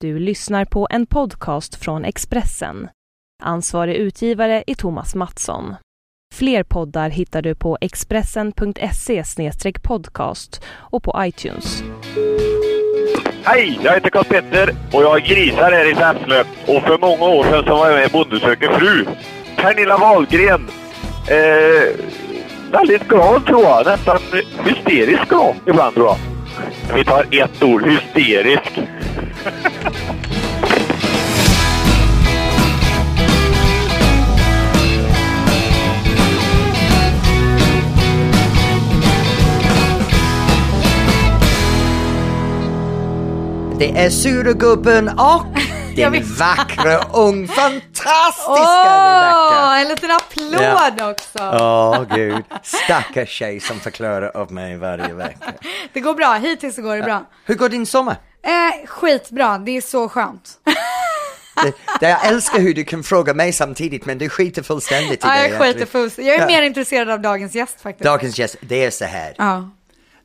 du lyssnar på en podcast från Expressen. Ansvarig utgivare är Thomas Mattsson. Fler poddar hittar du på expressen.se podcast och på iTunes. Hej, jag heter Karl-Petter och jag grisar här i Säffle. Och för många år sedan så var jag med i Bonde söker fru. Pernilla Wahlgren. Eh, väldigt glad tror jag. Nästan hysterisk glad ibland tror jag. Vi tar ett ord, hysterisk. Det är surgubben och den Jag vet. vackra ung fantastiska Rebecca. Åh, en liten applåd också. Åh gud, stackars tjej som förklarar upp mig varje vecka. Det går bra, hittills så går det bra. Hur går din sommar? Eh, skitbra, det är så skönt. Det, det, jag älskar hur du kan fråga mig samtidigt men du skiter fullständigt i Ja, det. jag skiter egentligen. fullst. Jag är Ja. mer intresserad av dagens gäst faktiskt. Dagens gäst, det är så här. Ja.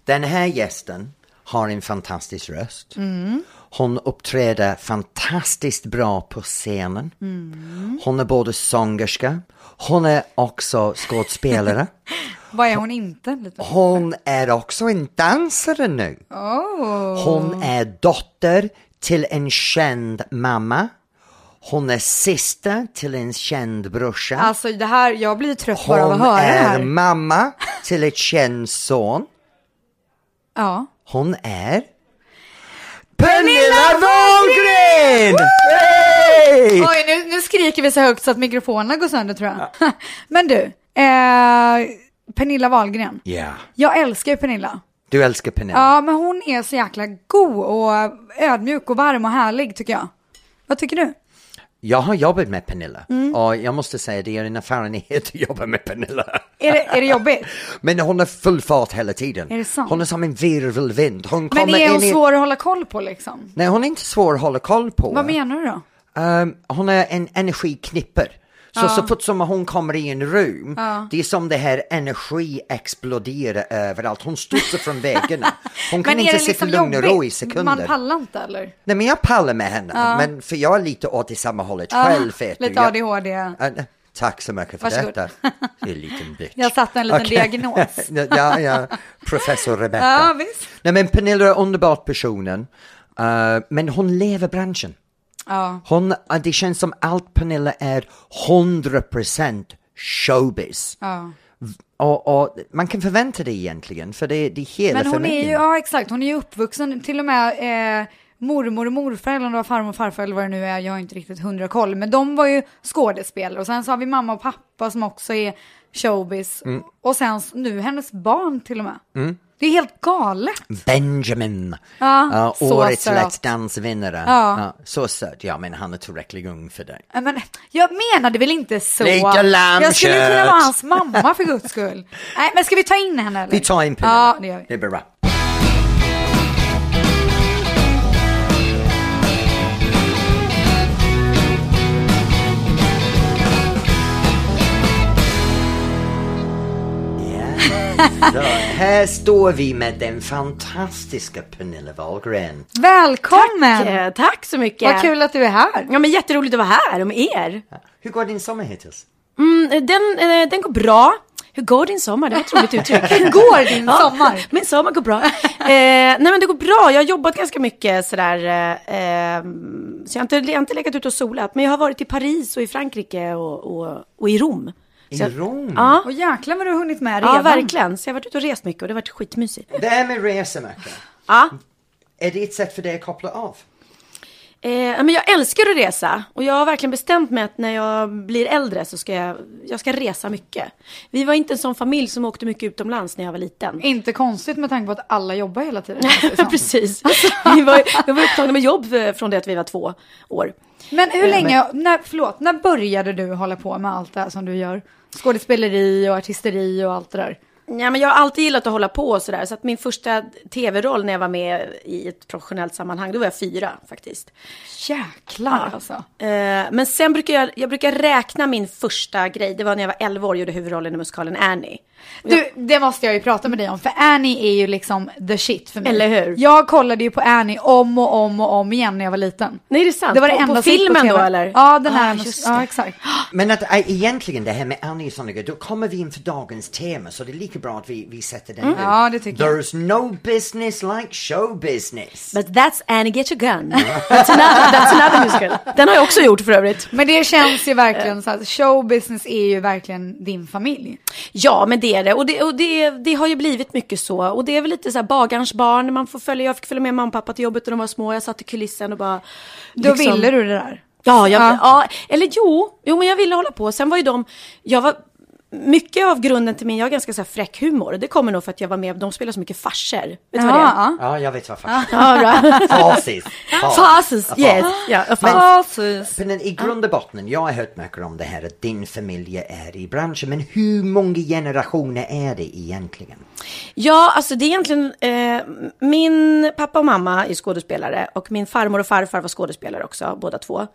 Den här gästen har en fantastisk röst. Mm. Hon uppträder fantastiskt bra på scenen. Mm. Hon är både sångerska, hon är också skådespelare. Vad är hon inte? Lite? Hon är också en dansare nu. Oh. Hon är dotter till en känd mamma. Hon är syster till en känd brorsa. Alltså det här, jag blir trött bara av att Hon höra det är här. mamma till ett känd son. Ja. Hon är Pernilla Wahlgren! Hey! Oj, nu, nu skriker vi så högt så att mikrofonerna går sönder tror jag. Men du, eh, Pernilla Wahlgren. Ja, Jag älskar ju Pernilla. du älskar Pernilla. Ja, men hon är så jäkla god och ödmjuk och varm och härlig tycker jag. Vad tycker du? Jag har jobbat med Pernilla Mm. och jag måste säga det är en erfarenhet att jobba med Pernilla. Är det, är det jobbigt? Men hon är full fart hela tiden. Är det sant? Hon är som en virvelvind. Hon Men kommer är hon in i... svår att hålla koll på liksom? Nej, hon är inte svår att hålla koll på. Vad menar du då? Ehm, hon är en energiknipper. Så så fort som hon kommer i en rum, det är som det här energi exploderar överallt. Hon studsar från väggarna. Hon kan Men är inte det sitta liksom lugn och ro i jobbigt? sekunder. Man pallar inte eller? Nej men jag pallar med henne, men för jag är lite åt det samma hållet själv vet Ah, lite du. Jag- ADHD. Ja, nej. Tack så mycket för Varsågod. detta. Det är en liten bitch. Jag satte en liten Okej. diagnos. ja, ja, professor Rebecca. Ja, visst. Nej men Pernilla är underbart personen, eh, men hon lever branschen. Ja. Hon, eh, det känns som allt Pernilla är 100% showbiz. Ja. Och, och man kan förvänta det egentligen, för det, det är hela Men hon är familjen. ju, ja exakt, hon är ju uppvuxen, till och med eh, mormor och morfar eller om det var farmor och farfar eller vad det nu är, jag har inte riktigt hundra koll, men de var ju skådespelare och sen så har vi mamma och pappa som också är showbiz Mm. och sen s- nu hennes barn till och med. Det är helt galet. Benjamin, Ja, eh, så årets söt. Let's Dance-vinnare. Ja. Ja, så söt, ja men han är tillräckligt ung för dig. Nej, Men, jag menade väl inte så. Lite lammkött. Jag skulle kunna vara hans mamma för guds skull. Nej, men ska vi ta in henne eller? Vi tar in Pernilla. Ja, det gör vi. Det blir bra. Ja, så Här står vi med den fantastiska Pernilla Wahlgren. Välkommen! Eh, Tack så mycket. Vad kul att du är här. Ja, men jätteroligt att vara här med er. Hur går din sommar hittills? Mm, eh, den, eh, den går bra. Hur går din sommar? Det var ett roligt uttryck. Hur går din sommar? Min sommar går bra. Eh, nej men det går bra. Jag har jobbat ganska mycket sådär. Eh, eh, så jag har, inte, jag har inte legat ute och solat. Men jag har varit i Paris och i Frankrike och, och, och i Rom. I Så jag- Rom? Ja, Och jäklar vad du har hunnit med redan. ja, verkligen. Så jag har varit ute och rest mycket och det har varit skitmysigt. Det här med resor, Macke. Ja. Är det ett sätt för dig att koppla av? Eh, ja, men jag älskar att resa och jag har verkligen bestämt mig att när jag blir äldre så ska jag, jag ska resa mycket. Vi var inte en sån familj som åkte mycket utomlands när jag var liten. Inte konstigt med tanke på att alla jobbar hela tiden. Precis. Vi var, jag var upptagna med jobb eh, från det att vi var två år. Men hur länge, när, förlåt, när började du hålla på med allt det här som du gör? Skådespeleri och artisteri och allt det där. Ja, men jag har alltid gillat att hålla på och sådär. Så att min första tv-roll när jag var med i ett professionellt sammanhang, då var jag fyra faktiskt. Jäklar alltså. Eh, men sen brukar jag, jag brukar räkna min första grej. Det var när jag var 11 år och gjorde huvudrollen i musikalen Annie. Du, det måste jag ju prata med dig om. För Annie är ju liksom the shit för mig. Eller hur? Jag kollade ju på Annie om och om och om igen när jag var liten. Nej, det är sant. Det var det På- på enda som gick filmen TV. då, eller? Ja, den Ah, här. just ja, det. exakt. Men att, äh, egentligen det här med Annie och sådana grejer, då kommer vi in för dagens tema så det är lika bra att vi, vi sätter den nu. Mm, Ja, det tycker jag. There's no business like show business. But that's Annie Get Your Gun. That's another, that's another musical. Den har jag också gjort för övrigt. Men det känns ju verkligen så att showbusiness är ju verkligen din familj. Ja, men det är det. Och, det, och det, det har ju blivit mycket så. Och det är väl lite så här bagarns barn. Man får följa, jag fick följa med mamma och pappa till jobbet när de var små. Jag satt i kulissen och bara... liksom- Då ville du det där. Ja, jag, Ja. ja. eller jo, jo, men jag ville hålla på. Sen var ju de, jag var, mycket av grunden till min, jag har ganska så här fräck humor. Det kommer nog för att jag var med, de spelar så mycket farser. Vet du vad det är? Ja. Ja, jag vet vad faktiskt. Ja, bra. Fasis. Fas. Farses, yes. Ja, Men- fas. Men i grund och botten, jag har hört mycket om det här att din familj är i branschen, men hur många generationer är det egentligen? Ja, alltså det är egentligen, eh, min pappa och mamma är skådespelare och min farmor och farfar var skådespelare också, båda två.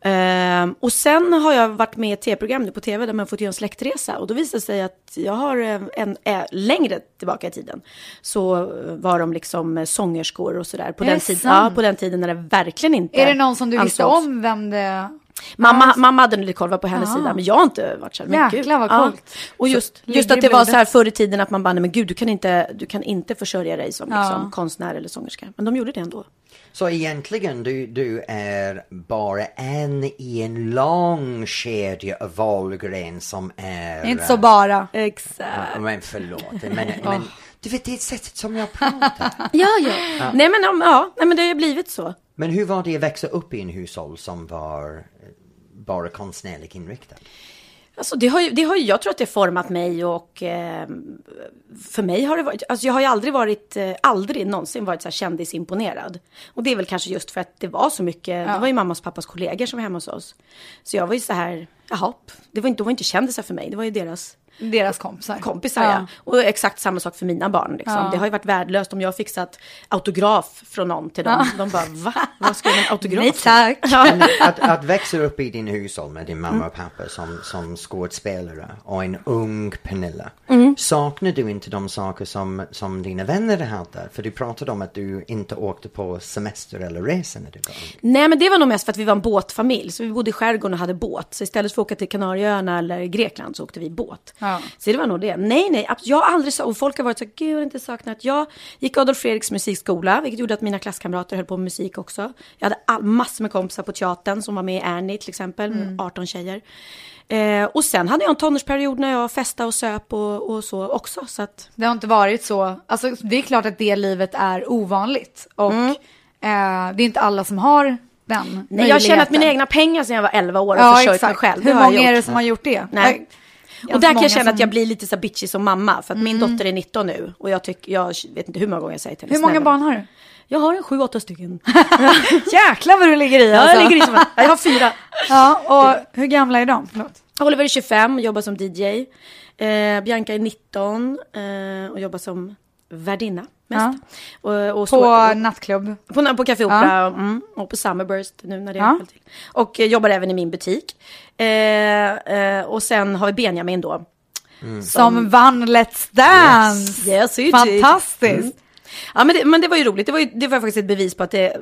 Ehm, och sen har jag varit med i ett tv-program nu på tv där man fått göra en släktresa och då visade det sig att jag har eh, en, eh, längre tillbaka i tiden så eh, var de liksom eh, sångerskor och sådär på, Är den det tiden- sant? ja, på den tiden när det verkligen inte Är det någon som du visste ansågs. om vem det... Mamma, mamma hade lite koll var på hennes sida, men jag har inte varit så här, men Jäklar, gud. vad Ja. coolt. Och just, ligger just att i det var blodet. så här förr i tiden att man bara, nej men gud, du kan inte, du kan inte försörja dig som Ja. liksom, konstnär eller sångerska. Men de gjorde det ändå. Så egentligen, du, du är bara en i en lång kedja av valgren som är... Inte så bara. Exakt. Ja, Men förlåt, men, men du vet det är sättet som jag pratar. Ja, ja. Nej, men, om- ja, nej, men det har ju blivit så. Men hur var det att växa upp i en hushåll som var eh, bara konstnärligt inriktad? Alltså, det har ju, det har ju, jag tror att det har format mig och eh, för mig har det varit, alltså jag har ju aldrig varit, eh, aldrig någonsin varit så här kändisimponerad. Och det är väl kanske just för att det var så mycket, det var ju mammas och pappas kollegor som var hemma hos oss. Så jag var ju så här, jaha, det var, inte- de var inte kändisar för mig, det var ju deras Deras kompisar. kompisar. Ja. Och exakt samma sak för mina barn. Liksom. Det har ju varit värdelöst om jag har fixat autograf från någon till dem. De bara, va? Vad ska jag med en autograf Nej till?" tack. Men att, att växa upp i din hushåll med din mamma Mm. och pappa som, som skådespelare och en ung Pernilla. Mm. Saknar du inte de saker som, som dina vänner hade? För du pratade om att du inte åkte på semester eller resor när du var ung. Nej, men det var nog mest för att vi var en båtfamilj. Så vi bodde i skärgården och hade båt. Så istället för att åka till Kanarieöarna eller Grekland så åkte vi båt. Ja. Så det var nog det. Nej, nej, abs- jag har aldrig sagt, och folk har varit så här, gud jag har inte saknat. Jag gick Adolf Fredriks musikskola, vilket gjorde att mina klasskamrater höll på med musik också. Jag hade all, massor med kompisar på teatern som var med i Annie till exempel, Mm. med 18 tjejer. Eh, och sen hade jag en tonårsperiod när jag festade och söp och, och så också. Så att, Det har inte varit så. Alltså det är klart att det livet är ovanligt. Och eh, det är inte alla som har den Mm. nej, jag har tjänat möjligheten. mina egna pengar sedan jag var 11 år och Ja försörjt exakt. mig själv. Det Hur har jag många gjort. är det som har gjort det? Nej. Jag- Och där kan många jag som- känna Mm. att jag blir lite så här bitchy som mamma. För att min dotter är 19 nu och jag, tycker, jag vet inte hur många gånger jag säger till henne. Hur många "Snälla, barn har du? Jag har en sju, åtta stycken. Jäklar vad du ligger i Ja, alltså. jag, ligger i som, jag har fyra. Ja, och hur gamla är de? Förlåt. Oliver är 25 och jobbar som DJ. Eh, Bianca är 19 eh, och jobbar som värdinna mest. Och, och På står- nattklubb. På, på Café Opera mm, och på Summerburst nu när det Ja. höll till. Och eh, jobbar även i min butik. Eh, eh, och sen har vi Benjamin då. Som vann Let's Dance. Yes, Mm. it is. Fantastiskt. Ja, men det, men det var ju roligt. Det var, ju, det var faktiskt ett bevis på att det,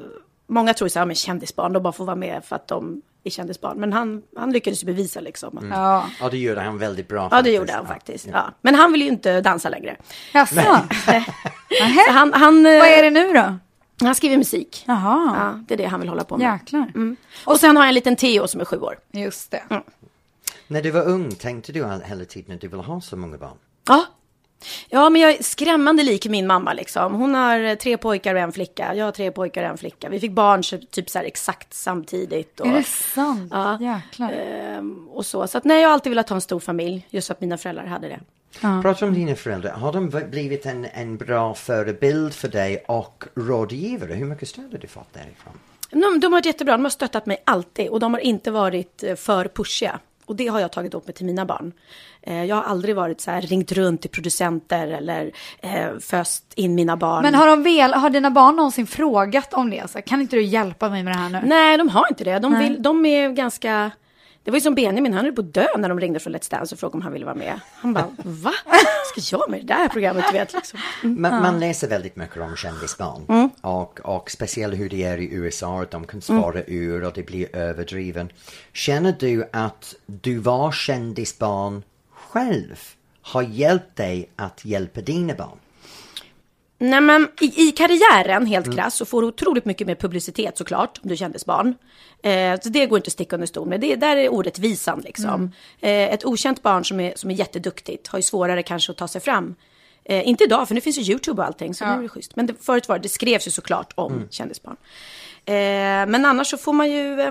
många tror så här, "Ja, men kändisbarn, de bara får vara med för att de är kändisbarn. Men han, han lyckades ju bevisa liksom. Att, Ja. Ja, det gjorde han väldigt bra. Ja, det gjorde han faktiskt. Ja. Men han vill ju inte dansa längre. Jaså? Nähä. Så han, han, eh, Vad är det nu då? han skriver musik. Jaha, Ja, Mm, det är det han vill hålla på med. jäklar. Och sen har jag en liten Theo som är sju år. Just det. När du var ung, tänkte du hela tiden att du ville ha så många barn? Ja. Ja, men jag är skrämmande lik min mamma liksom. Hon har eh, tre pojkar och en flicka. Jag har tre pojkar och en flicka. Vi fick barn så, typ så här exakt samtidigt. Och... Är det sant? Ja. Jäklar. Ehm, och så. Så att, nej, jag har alltid velat ha en stor familj, just för att mina föräldrar hade det. Prata om dina föräldrar. Har de v- blivit en, en bra förebild för dig och rådgivare? Hur mycket stöd har du fått därifrån? De, de har varit jättebra, de har stöttat mig alltid och de har inte varit eh, för pushiga. Och det har jag tagit upp mig till mina barn. Eh, jag har aldrig varit så här, ringt runt till producenter eller eh, föst in mina barn. Men har, de väl, har dina barn någonsin frågat om det? Så här, kan inte du hjälpa mig med det här nu? Nej, de har inte det. De, vill, de är ganska... Det var ju som Benjamin, han höll på att dö när de ringde från Let's Dance och frågade om han ville vara med. Han bara, va? Ska jag med i det här programmet? Du vet, liksom. Mm. Man, man läser väldigt mycket om kändisbarn och, och speciellt hur det är i USA, att de kan spara Mm. ur och det blir överdriven. Känner du att du var kändisbarn själv har hjälpt dig att hjälpa dina barn? Nej, men i, i karriären, helt krass, så får du otroligt mycket mer publicitet såklart, om du kändes barn. Eh, så det går inte att sticka under stol med. Det, där är orättvisan liksom. Eh, ett okänt barn som är, som är jätteduktigt har ju svårare kanske att ta sig fram. Eh, inte idag, för nu finns ju YouTube och allting, så nu är det schysst. Men det, förut var det, det skrevs ju såklart om kändisbarn. Eh, men annars så får man ju... Eh,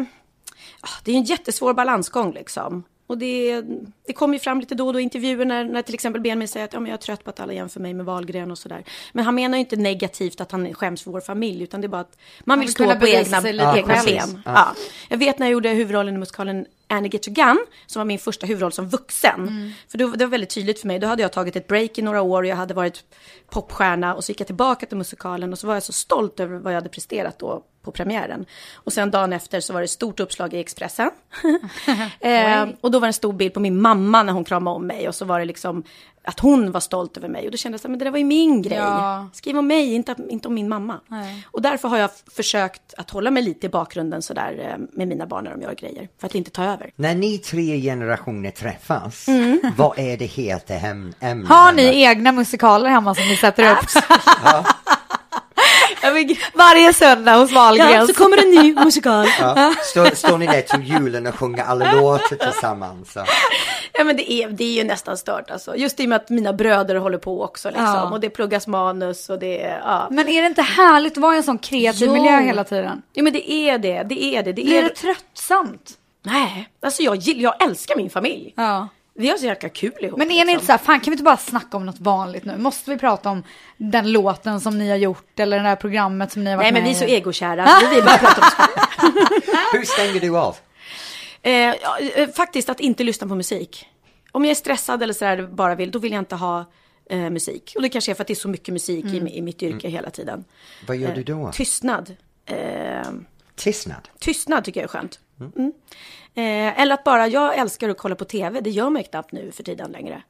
ah, det är en jättesvår balansgång liksom. Och det, det kommer ju fram lite då och då i intervjuer när, när till exempel Benjamin säger att ja, men jag är trött på att alla jämför mig med Wahlgren och sådär. Men han menar ju inte negativt att han skäms för vår familj, utan det är bara att man vill vill stå kunna på bevisa egna, sig lite egna själv. ben. Liksom. Ja. Jag vet när jag gjorde huvudrollen i musikalen Annie Get Your Gun, som var min första huvudroll som vuxen. För då, det var väldigt tydligt för mig, då hade jag tagit ett break i några år och jag hade varit popstjärna och så gick jag tillbaka till musikalen och så var jag så stolt över vad jag hade presterat då på premiären. Och sen dagen efter så var det ett stort uppslag i Expressen. eh, och då var det en stor bild på min mamma när hon kramade om mig och så var det liksom att hon var stolt över mig och då kändes det, men det där var ju min grej. Ja. Skriv om mig, inte, inte om min mamma. Och därför har jag f- försökt att hålla mig lite i bakgrunden sådär eh, med mina barn när de gör grejer. För att inte ta över. När ni tre generationer träffas, vad är det heta hem- ämnet? Mm. Har ni egna musikaler hemma som ni sätter upp? Varje söndag hos Ja, Wahlgrens. så kommer en ny musikal. Ja, Står, står ni där till julen och sjunger alla låtar tillsammans? Så. Ja men det är, det är ju nästan stört alltså. Just i och med att mina bröder håller på också liksom. Ja. Och det pluggas manus och det är, ja. Men är det inte härligt att vara i en sån kreativ Jo. miljö hela tiden? Ja men det är det, det är det. det, Blir är... det tröttsamt? Nej, alltså jag, gillar, jag älskar min familj. Ja. Vi har så jäkla kul ihop. Men är ni liksom. inte så här, fan kan vi inte bara snacka om något vanligt nu? Måste vi prata om den låten som ni har gjort eller det här programmet som ni har varit Nej men med vi är så i? egokära, så vi vill bara prata om skor. Hur stänger du av? Eh, ja, eh, faktiskt att inte lyssna på musik. Om jag är stressad eller sådär bara vill, då vill jag inte ha eh, musik. Och det kanske är för att det är så mycket musik i, i mitt yrke hela tiden. Vad gör du då? Tystnad. Eh, Tystnad? Tystnad tycker jag är skönt. Mm. Eh, eller att bara, jag älskar att kolla på tv, det gör man ju knappt nu för tiden längre.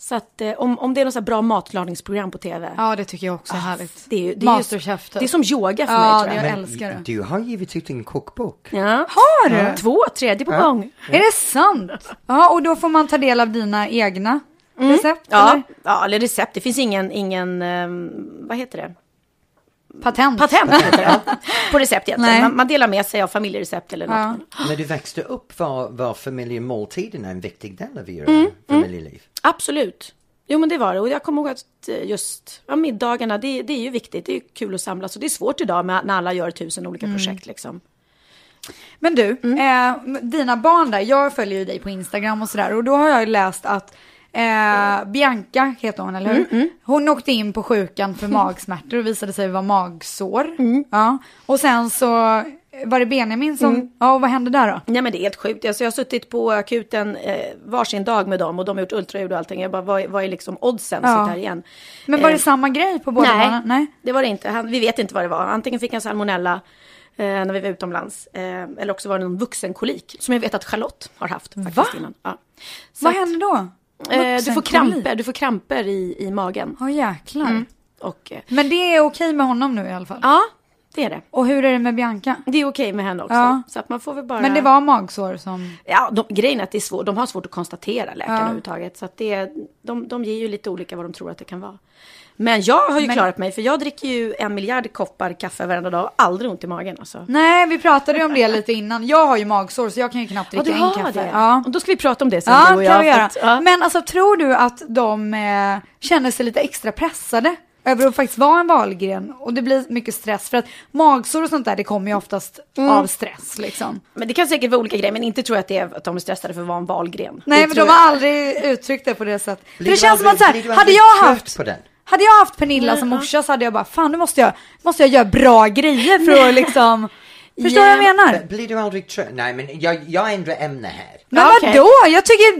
Så att eh, om, om det är något så här bra matlagningsprogram på tv. Ja det tycker jag också Ah, är härligt. Det är, ju- det, är ju, Masterchef typ. det är som yoga för Ja, mig tror det jag. Jag älskar det. Du har givit ut en kokbok. Ja. Har du? Två, tredje på gång. Är det sant? Ja och då får man ta del av dina egna recept Mm. Ja, eller ja, eller recept. Det finns ingen, ingen ehm, vad heter det? patent? Patent heter det. på recept Nej. egentligen. Man, man delar med sig av familjerecept eller något. Ja. När du växte upp var, var familjemåltiderna en viktig del av Mm, era familjeliv. Absolut. Jo men det var det. Och jag kommer ihåg att eh, just ja, middagarna, det, det är ju viktigt. Det är ju kul att samlas. Och det är svårt idag med, när alla gör tusen olika projekt liksom. Men du, Mm. eh, dina barn där, jag följer ju dig på Instagram och sådär och då har jag ju läst att eh, Bianca heter hon, eller hur? Mm, Hon åkte in på sjukan för magsmärtor och visade sig vara magsår. Mm. Ja. Och sen så var det Benjamin som, Mm. ja och vad hände där då? Nej men det är helt sjukt. Alltså, jag har suttit på akuten eh, varsin dag med dem och de har gjort ultraljud och allting. Jag bara, vad, är- vad är liksom oddsen? Ja. Sitt här igen. Men var det Eh, samma grej på båda nej, barnen? Nej. det var det inte. Han, vi vet inte vad det var. Antingen fick han salmonella eh, när vi var utomlands. Eh, eller också var det någon vuxenkolik. Som jag vet att Charlotte har haft faktiskt Va? innan. Ja. Så Vad att, hände då? Eh, du får Vuxenkolik. Mm. kramper, du får kramper i, i magen. Ja jäklar. Och, eh, Men det är okej med honom nu i alla fall? ja, det är det. Och hur är det med Bianca? Det är okej med henne också. Ja. Så att man får väl bara... Men det var magsår som... Ja, de, grejen är att det är svår, de har svårt att konstatera läkarna Ja. överhuvudtaget. Så att det, de, de ger ju lite olika vad de tror att det kan vara. Men jag har ju Men- klarat mig, för jag dricker ju en miljard koppar kaffe varenda dag och aldrig ont i magen alltså. Nej, vi pratade ju om det lite innan. Jag har ju magsår så jag kan ju knappt dricka en kaffe. det? Ja, Och då ska vi prata om det sen, ja du och jag. kan vi för göra. att- ja. Men alltså tror du att de eh, känner sig lite extra pressade över att faktiskt vara en valgren? Och det blir mycket stress för att magsår och sånt där det kommer ju oftast av stress liksom. Men Mm. det kan säkert vara olika grejer, men inte tror jag att det är att de är stressade för att vara en valgren. Nej, Det men tror de jag- har aldrig uttryckt det på det sättet. För Blir det du känns som att så aldrig- blir här, du hade aldrig jag trött haft... på den? Hade jag haft Pernilla som morsa så hade jag bara, fan nu måste jag, måste jag göra bra grejer för att liksom... Förstår du vad jag menar? Blir du aldrig trött? Nej, men jag, jag ändrar ämne här. Men Ja, okej. vadå? Jag tycker,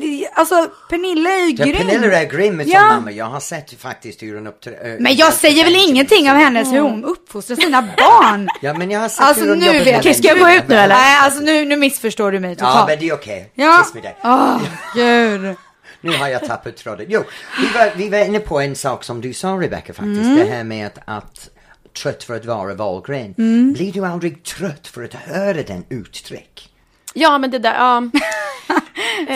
alltså Pernilla är ju Ja, grym. Pernilla är grym som Ja. mamma. Jag har sett faktiskt hur hon eh, uppträder. Men jag säger väl ingenting av hennes hur hon uppfostrar sina barn. Ja, men jag har sett Alltså hur hon nu jobbar vet jag. med den bilden. Nej, alltså nu, nu missförstår du mig Ja, totalt. men det är okej. Ja. Kiss me där. Åh, gud. Nu har jag tappat tråden. Jo, vi var, vi var inne på en sak som du sa Rebecca faktiskt. Mm. Det här med att, att trött för att vara valgren. Mm. Blir du aldrig trött för att höra den uttryck? Ja, men det där, ja.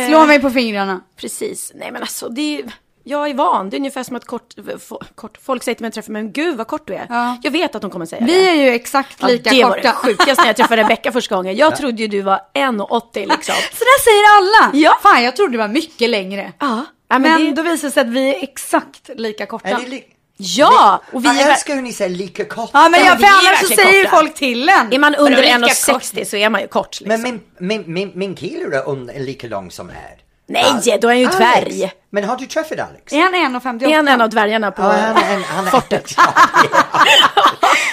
Slå mig på fingrarna. Precis. Nej men alltså, det är, jag är van. Det är ungefär som att kort, f- kort, folk säger till mig när jag träffar mig, men gud vad kort du är. Ja. Jag vet att de kommer säga Vi det. är ju exakt lika ja, det var korta. det sjukaste när jag träffade Rebecca första gången. Jag trodde ju du var 1,80 liksom. Så där säger alla. Ja. Fan, jag trodde det var mycket längre. Ja, ja men, Men det, då visar det sig att vi är exakt lika korta. Är det li- ja och vi jag är, älskar hur ni säger lika kort. Ja, men Ja, jag, vi för är annars så verkligen säger korta. folk till en. är man under För de är lika 1,60 så är man ju kort Men liksom. min, min, min, min kille är un- lika lång som här. Nej, då är han ju dvärg. Alex. Men har du träffat Alex? korta. Är han 1,58? Är han en av dvärgarna på... Ja, han är en- han är- Fortet.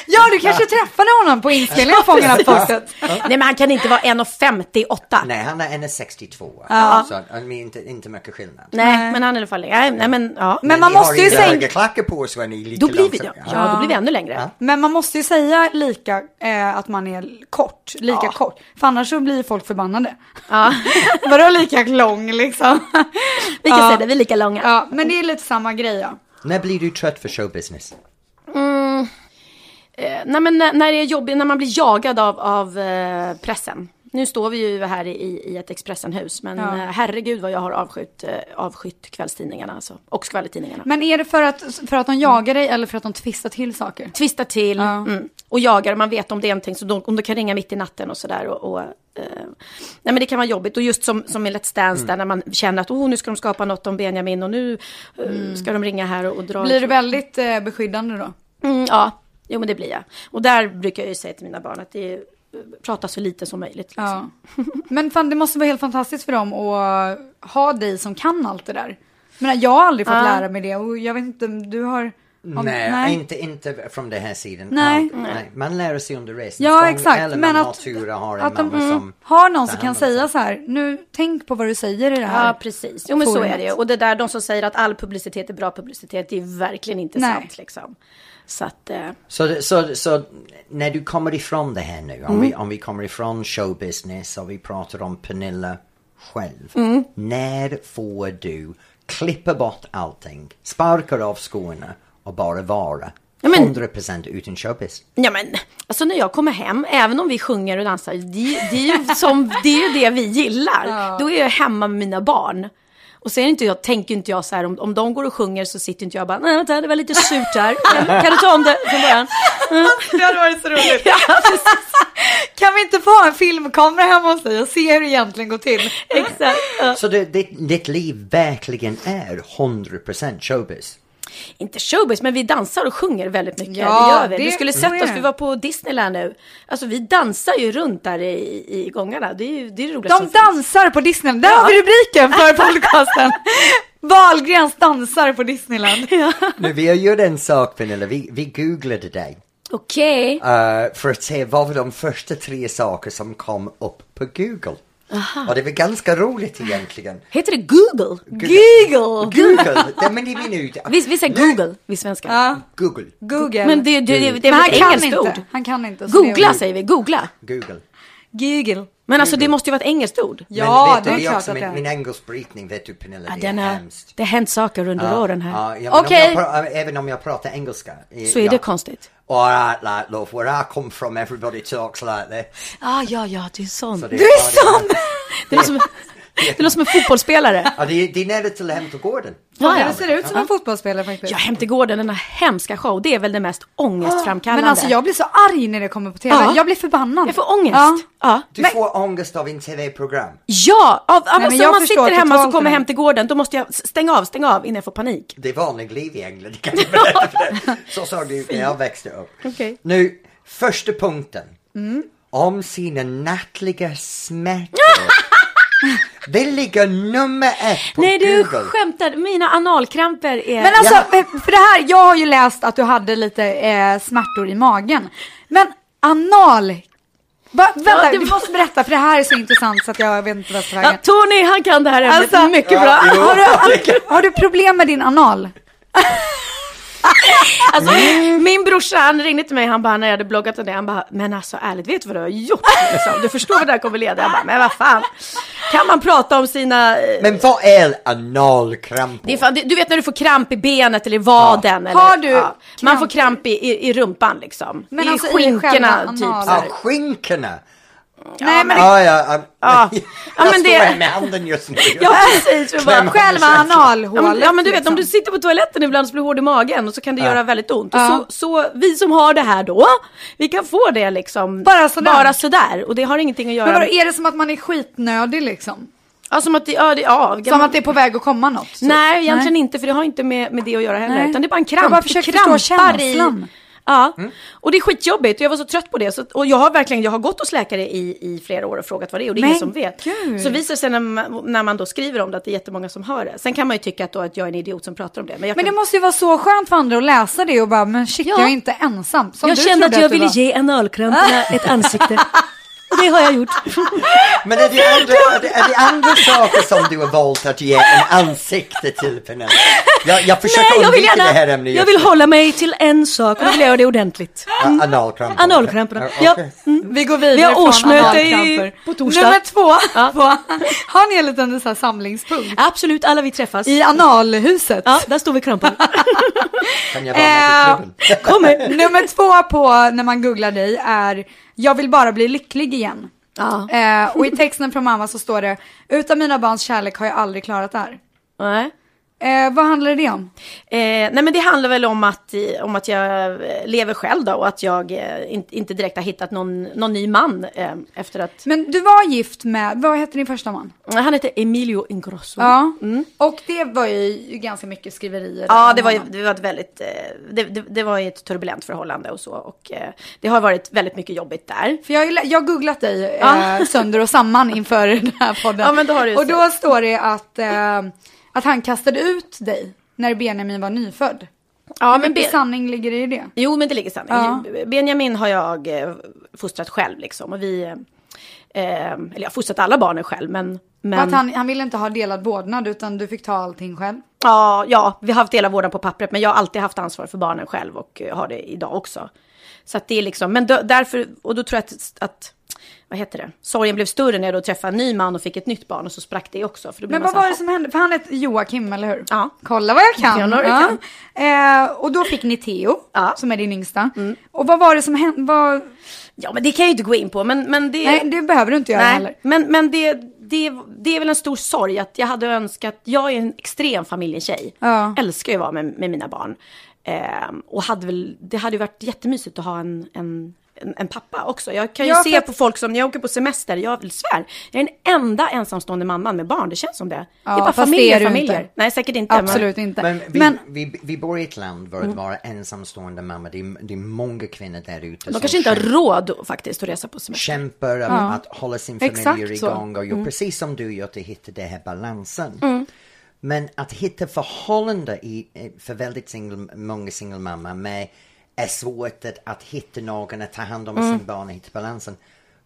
Ja, du kanske träffade honom på inspelningen av Fångarna på fortet. Nej men han kan inte vara 1,58. Nej. Nej, han är en 62. Så han är inte, inte mycket skillnad. nej, men han är i alla fall längre. Nej, nej men ja. Men man ni har måste ju inte sänka... höga klackar på så är ni lika då blir lång vi, som- ja, ja, då blir vi ännu längre. Men man måste ju säga lika, eh, att man är kort, lika kort. För annars så blir folk förbannade. Ja. Vadå lika lång liksom? Vi kan Ja. säga det, vi är lika långa. Ja, men det är lite samma grej ja. När blir du trött för showbusiness? Eh, Nej men när, när det är jobbigt, när man blir jagad av, av eh, pressen. Nu står vi ju här i, i ett Expressenhus, men eh, herregud vad jag har avskytt, eh, avskytt kvällstidningarna alltså, och skvallertidningarna. Men är det för att, för att de jagar dig eller för att de twistar till saker? Tvistar till mm, och jagar, man vet om det är någonting, så de, om de kan ringa mitt i natten och sådär. Och, och, eh, nej men det kan vara jobbigt, och just som, som i Let's Dance där när man känner att oh, nu ska de skapa något om Benjamin och nu eh, ska de ringa här och, och dra. Mm. Blir du väldigt eh, beskyddande då? Mm, ja, jo men det blir jag. Och där brukar jag ju säga till mina barn att det är, eh, prata så lite som möjligt. Liksom. Ja. Men fan, det måste vara helt fantastiskt för dem att ha dig som kan allt det där. Men jag har aldrig fått lära mig det och jag vet inte, om du har... om- nej, inte, inte från den här sidan. Nej. Allt. nej. Man lär sig under resans Ja, gång, exakt. Eller Men man har att- tur och har en Att de mm, mamma som... har någon som tar kan hand om säga så här, nu tänk på vad du säger i det här. Ja, precis. Jo, men så forumet. är det ju. Och det där, de som säger att all publicitet är bra publicitet, det är verkligen inte Nej. sant liksom. Så att, eh, Så, det- så, så när du kommer ifrån det här nu, om, vi, Mm. om vi kommer ifrån showbusiness och vi pratar om Pernilla själv. Mm. När får du klippa bort allting, sparka av skorna och bara vara? Ja, men- 100% utan showbiz. ja men, alltså när jag kommer hem, även om vi sjunger och dansar, det, det, är, ju som, det är ju det vi gillar. Då är jag hemma med mina barn. Och sen är inte jag, tänker inte jag så här, om, om de går och sjunger så sitter inte jag bara, nej vänta, det var lite surt där, kan, kan du ta om det från början? Det hade varit så roligt. Kan vi inte få ha en filmkamera hemma hos dig och se hur det egentligen går till? Exakt. Ja. Så det, ditt, ditt liv verkligen är 100% showbiz. inte showbiz, men vi dansar och sjunger väldigt mycket. Ja, det gör vi. det- Du skulle så sett är oss, det. vi var på Disneyland nu. Alltså vi dansar ju runt där i, i gångarna. Det är ju det, är det roligaste De som finns. dansar på Disneyland. Där har vi rubriken för podcasten. Wahlgrens dansar på Disneyland. Nu, vi har gjort en sak Pernilla, vi, vi googlade dig Okej. eh, för att se vad var de första tre saker som kom upp på Google. Och det var ganska roligt egentligen. Heter det Google? Google! Google! Nej men det är min ut. Vi, vi säger Google, vi svenskar. Ja, Google. Google. Men det, det, det, det är Men han väl ett kan engelskt inte. ord? Han kan inte. så det Googla är- säger vi, googla. Google. Google. Men alltså det måste ju vara ett engelskt ord. men Ja, vet det du, är klart också att det min, min är. engelskbrytning, vet du Pernilla, det är Den har, hemskt. det har hänt saker under åren här. Ja, ja, men om Okej. jag pra- även om jag pratar engelska. eh, Så är ja. det konstigt. All right, like, love, where I come from everybody talks like this. Ah, ja, ja, du är sån. Så det- Du ja, är det- sån! Det låter som, det låter som en fotbollsspelare. Ja, det, är- det är nära till hem till gården. Ja, Ja, ja. du ser ut som en fotbollsspelare faktiskt. Ja, Hem till gården, denna hemska show, det är väl det mest ångestframkallande. Men alltså jag blir så arg när det kommer på tv. Ja. Jag blir förbannad. Jag får ångest. Ja. Ja, ja. Du får ångest av en tv-program. av, av, men alltså, jag om man förstår sitter hemma och så totalt kommer det här. hem till gården, då måste jag s- stänga av, stänga av innan jag får panik. Det är vanligt liv i England, kan jag berätta för dig. Så såg det ut när jag växte upp. Okej. Mm. Nu, första punkten. Om sina nattliga smärtor. det ligger nummer ett på Nej, du Google. skämtar. Mina analkramper är... Men alltså, för det här, jag har ju läst att du hade lite eh, smärtor i magen. Men anal Va, vänta, det du var- måste berätta för det här är så intressant så att jag vet inte vad jag ska ta Ja, vägen. Tony, han kan det här ämnet Alltså, mycket bra. Har du, har du problem med din anal? Alltså, Mm. Min brorsa han ringde till mig, han bara när jag hade bloggat om det, han bara men alltså ärligt vet du vad du har gjort? Liksom? Du förstår vad det här kommer leda? Jag bara men vad fan. Kan man prata om sina... eh, Men vad är analkramp? Det är fan, det- du vet när du får kramp i benet eller i vaden. Eller, Har du Man kramp? får kramp i, i, i rumpan liksom. Men I alltså i skinkorna själva typ. Så analen. Ja, här. skinkorna. Nej, men Ja, ja, ja. Ja, Jag men står det- här med handen just nu. Ja precis. Jag bara, Kläm- själva Ja men, analhålet. ja men du vet om du liksom. sitter på toaletten ibland så blir du hård i magen och så kan det göra väldigt ont. Och Ja. så, så vi som har det här då, vi kan få det liksom Bara sådär. bara sådär. Och det har ingenting att göra Men vadå, med... är det som att man är skitnödig liksom? Ja som att det, ja, det, ja, Som att det är på väg att komma något? typ? Nej egentligen inte för det har inte med, med det att göra heller. Nej. Utan det är bara en kramp. Jag bara Det försöker krampar förstå i- känslan. Mm. Ja, och det är skitjobbigt. Jag var så trött på det. Så, och jag har verkligen, jag har gått hos läkare i, i flera år och frågat vad det är och det är Men ingen som vet. gud. Så visar det sig när man, när man då skriver om det att det är jättemånga som hör det. Sen kan man ju tycka att, då, att jag är en idiot som pratar om det. jag Men det kan- måste ju vara så skönt för andra att läsa det och bara, men shit, Ja. jag är inte ensam. Som jag du kände trodde att jag du ville var. ge analkramperna ett ansikte. Och det har jag gjort. Men är det, andra, är, det, är det andra saker som du har valt att ge en ansikte till Pernilla? Jag, jag försöker Nej, jag vill undvika det här gärna... ämnet Jag just vill hålla mig till en sak och då vill jag göra det ordentligt. nu. Analkramp. Analkramperna. Ja, Ja. okej. Mm. Vi går vidare Vi har från årsmöte i- analkamper. på torsdag. Nummer två. På, har ni en liten så här samlingspunkt? Absolut, alla vi träffas. I analhuset. Ja, där står vi och krampar. Kan jag vara med Eh, till klubben? Kommer. Nummer två på när man googlar dig är Jag vill bara bli lycklig igen. Ja. Eh, och i texten från mamma så står det Utan mina barns kärlek har jag aldrig klarat det här. Nej. Eh, vad handlar det om? Eh, nej men det handlar väl om att, eh, om att jag eh, lever själv då och att jag eh, in, inte direkt har hittat någon, någon ny man eh, efter att... Men du var gift med, vad hette din första man? Han heter Emilio Ingrosso. Mm. Ja. Och det var ju ganska mycket skriverier. Ja, om det var, ju, honom. det var ett väldigt, eh, det, det, det var ju ett turbulent förhållande och så och eh, det har varit väldigt mycket jobbigt där. För jag har ju lä- jag har googlat dig Ja. eh, sönder och samman inför den här podden. Ja, men då har du ju och då står det att, eh, att han kastade ut dig när Benjamin var nyfödd. Ja, Hur mycket sanning ligger det i det? Jo, men det ligger sanning. Ja. Benjamin har jag eh, fostrat själv liksom och vi, eh, eh, eller jag har fostrat alla barnen själv men, men Och Att han, han ville inte ha delad vårdnad utan du fick ta allting själv. Ja, ja, vi har haft hela vården på pappret, men jag har alltid haft ansvar för barnen själv och eh, har det idag också. Så att det är liksom, men då, därför, och då tror jag att, att, vad heter det, sorgen blev större när jag då träffade en ny man och fick ett nytt barn och så sprack det också. För då Men blev vad man så här, var det som hände? För han hette Joakim, eller hur? Ja. Kolla vad jag kan. Kolla vad du Eh, och då fick ni Theo, Ja. som är din yngsta. Och vad var det som hände? Vad... Ja, men det kan jag ju inte gå in på, men, men det... Nej, det behöver du inte göra heller. Nej, men, men det, det, det är väl en stor sorg att jag hade önskat, jag är en extrem familjetjej, Ja. älskar ju att vara med, med mina barn. Ehm, och hade väl, det hade ju varit jättemysigt att ha en, en, en, en pappa också. Jag kan ju Ja, se för att- på folk som, när jag åker på semester, jag vill svär, jag är den enda ensamstående mamman med barn, det känns som det. Ja, det är bara fast det är familjer, du inte. familjer. Nej, säkert inte. Mm. men- Absolut inte. Men, vi, Men- vi, vi bor i ett land för att vara ensamstående mamma. Det är, det är många kvinnor där ute De kanske inte har kämpar- råd faktiskt att resa på semester. kämpar um, att hålla sin familj Exakt så. igång och gör Mm. precis som du gör att hitta den här balansen. Men att hitta förhållande i, eh, för väldigt single, många singelmammor med är svårt att, att hitta någon att ta hand om Mm. sin barn och hitta balansen.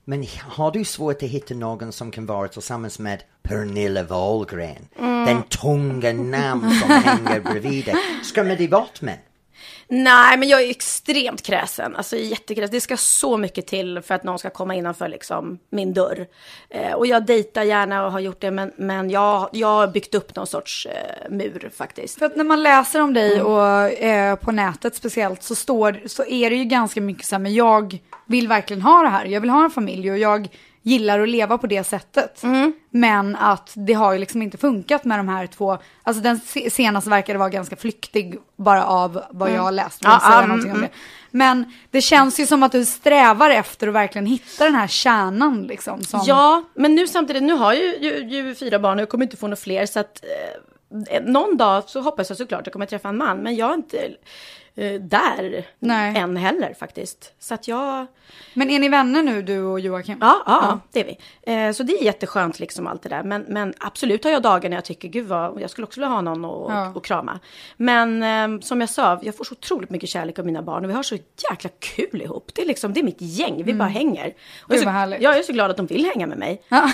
Men har du svårt att hitta någon som kan vara tillsammans med Pernilla Wahlgren, Mm. den tunga namn som hänger bredvid dig, skrämmer det bort män? Nej, men jag är extremt kräsen. Alltså jättekräsen. Det ska så mycket till för att någon ska komma innanför liksom, min dörr. Eh, och jag dejtar gärna och har gjort det, men, men jag, jag har byggt upp någon sorts eh, mur faktiskt. För att när man läser om dig Mm. och eh, på nätet speciellt så, står, så är det ju ganska mycket så här, men jag vill verkligen ha det här. Jag vill ha en familj och jag gillar att leva på det sättet. Mm. Men att det har ju liksom inte funkat med de här två. Alltså den se- senaste verkade vara ganska flyktig bara av vad jag har läst. Mm. Ja, Ja, säga ja, någonting om mm, det. Men det känns ju som att du strävar efter att verkligen hitta den här kärnan liksom. Som... Ja, men nu samtidigt, nu har jag ju, ju, ju fyra barn och jag kommer inte få några eh, fler. Så att eh, någon dag så hoppas jag såklart att jag kommer träffa en man. Men jag är inte, eh, där Nej. än heller faktiskt. Så att jag... Men är ni vänner nu du och Joakim? Ja, ja, det är vi. Eh, så det är jätteskönt liksom allt det där. Men, men absolut har jag dagar när jag tycker, gud vad, jag skulle också vilja ha någon att Ja. att krama. Men ehm, som jag sa, jag får så otroligt mycket kärlek av mina barn och vi har så jäkla kul ihop. Det är liksom, det är mitt gäng, vi bara hänger. Och jag, är Gud, så, vad härligt. jag är så glad att de vill hänga med mig. Mm.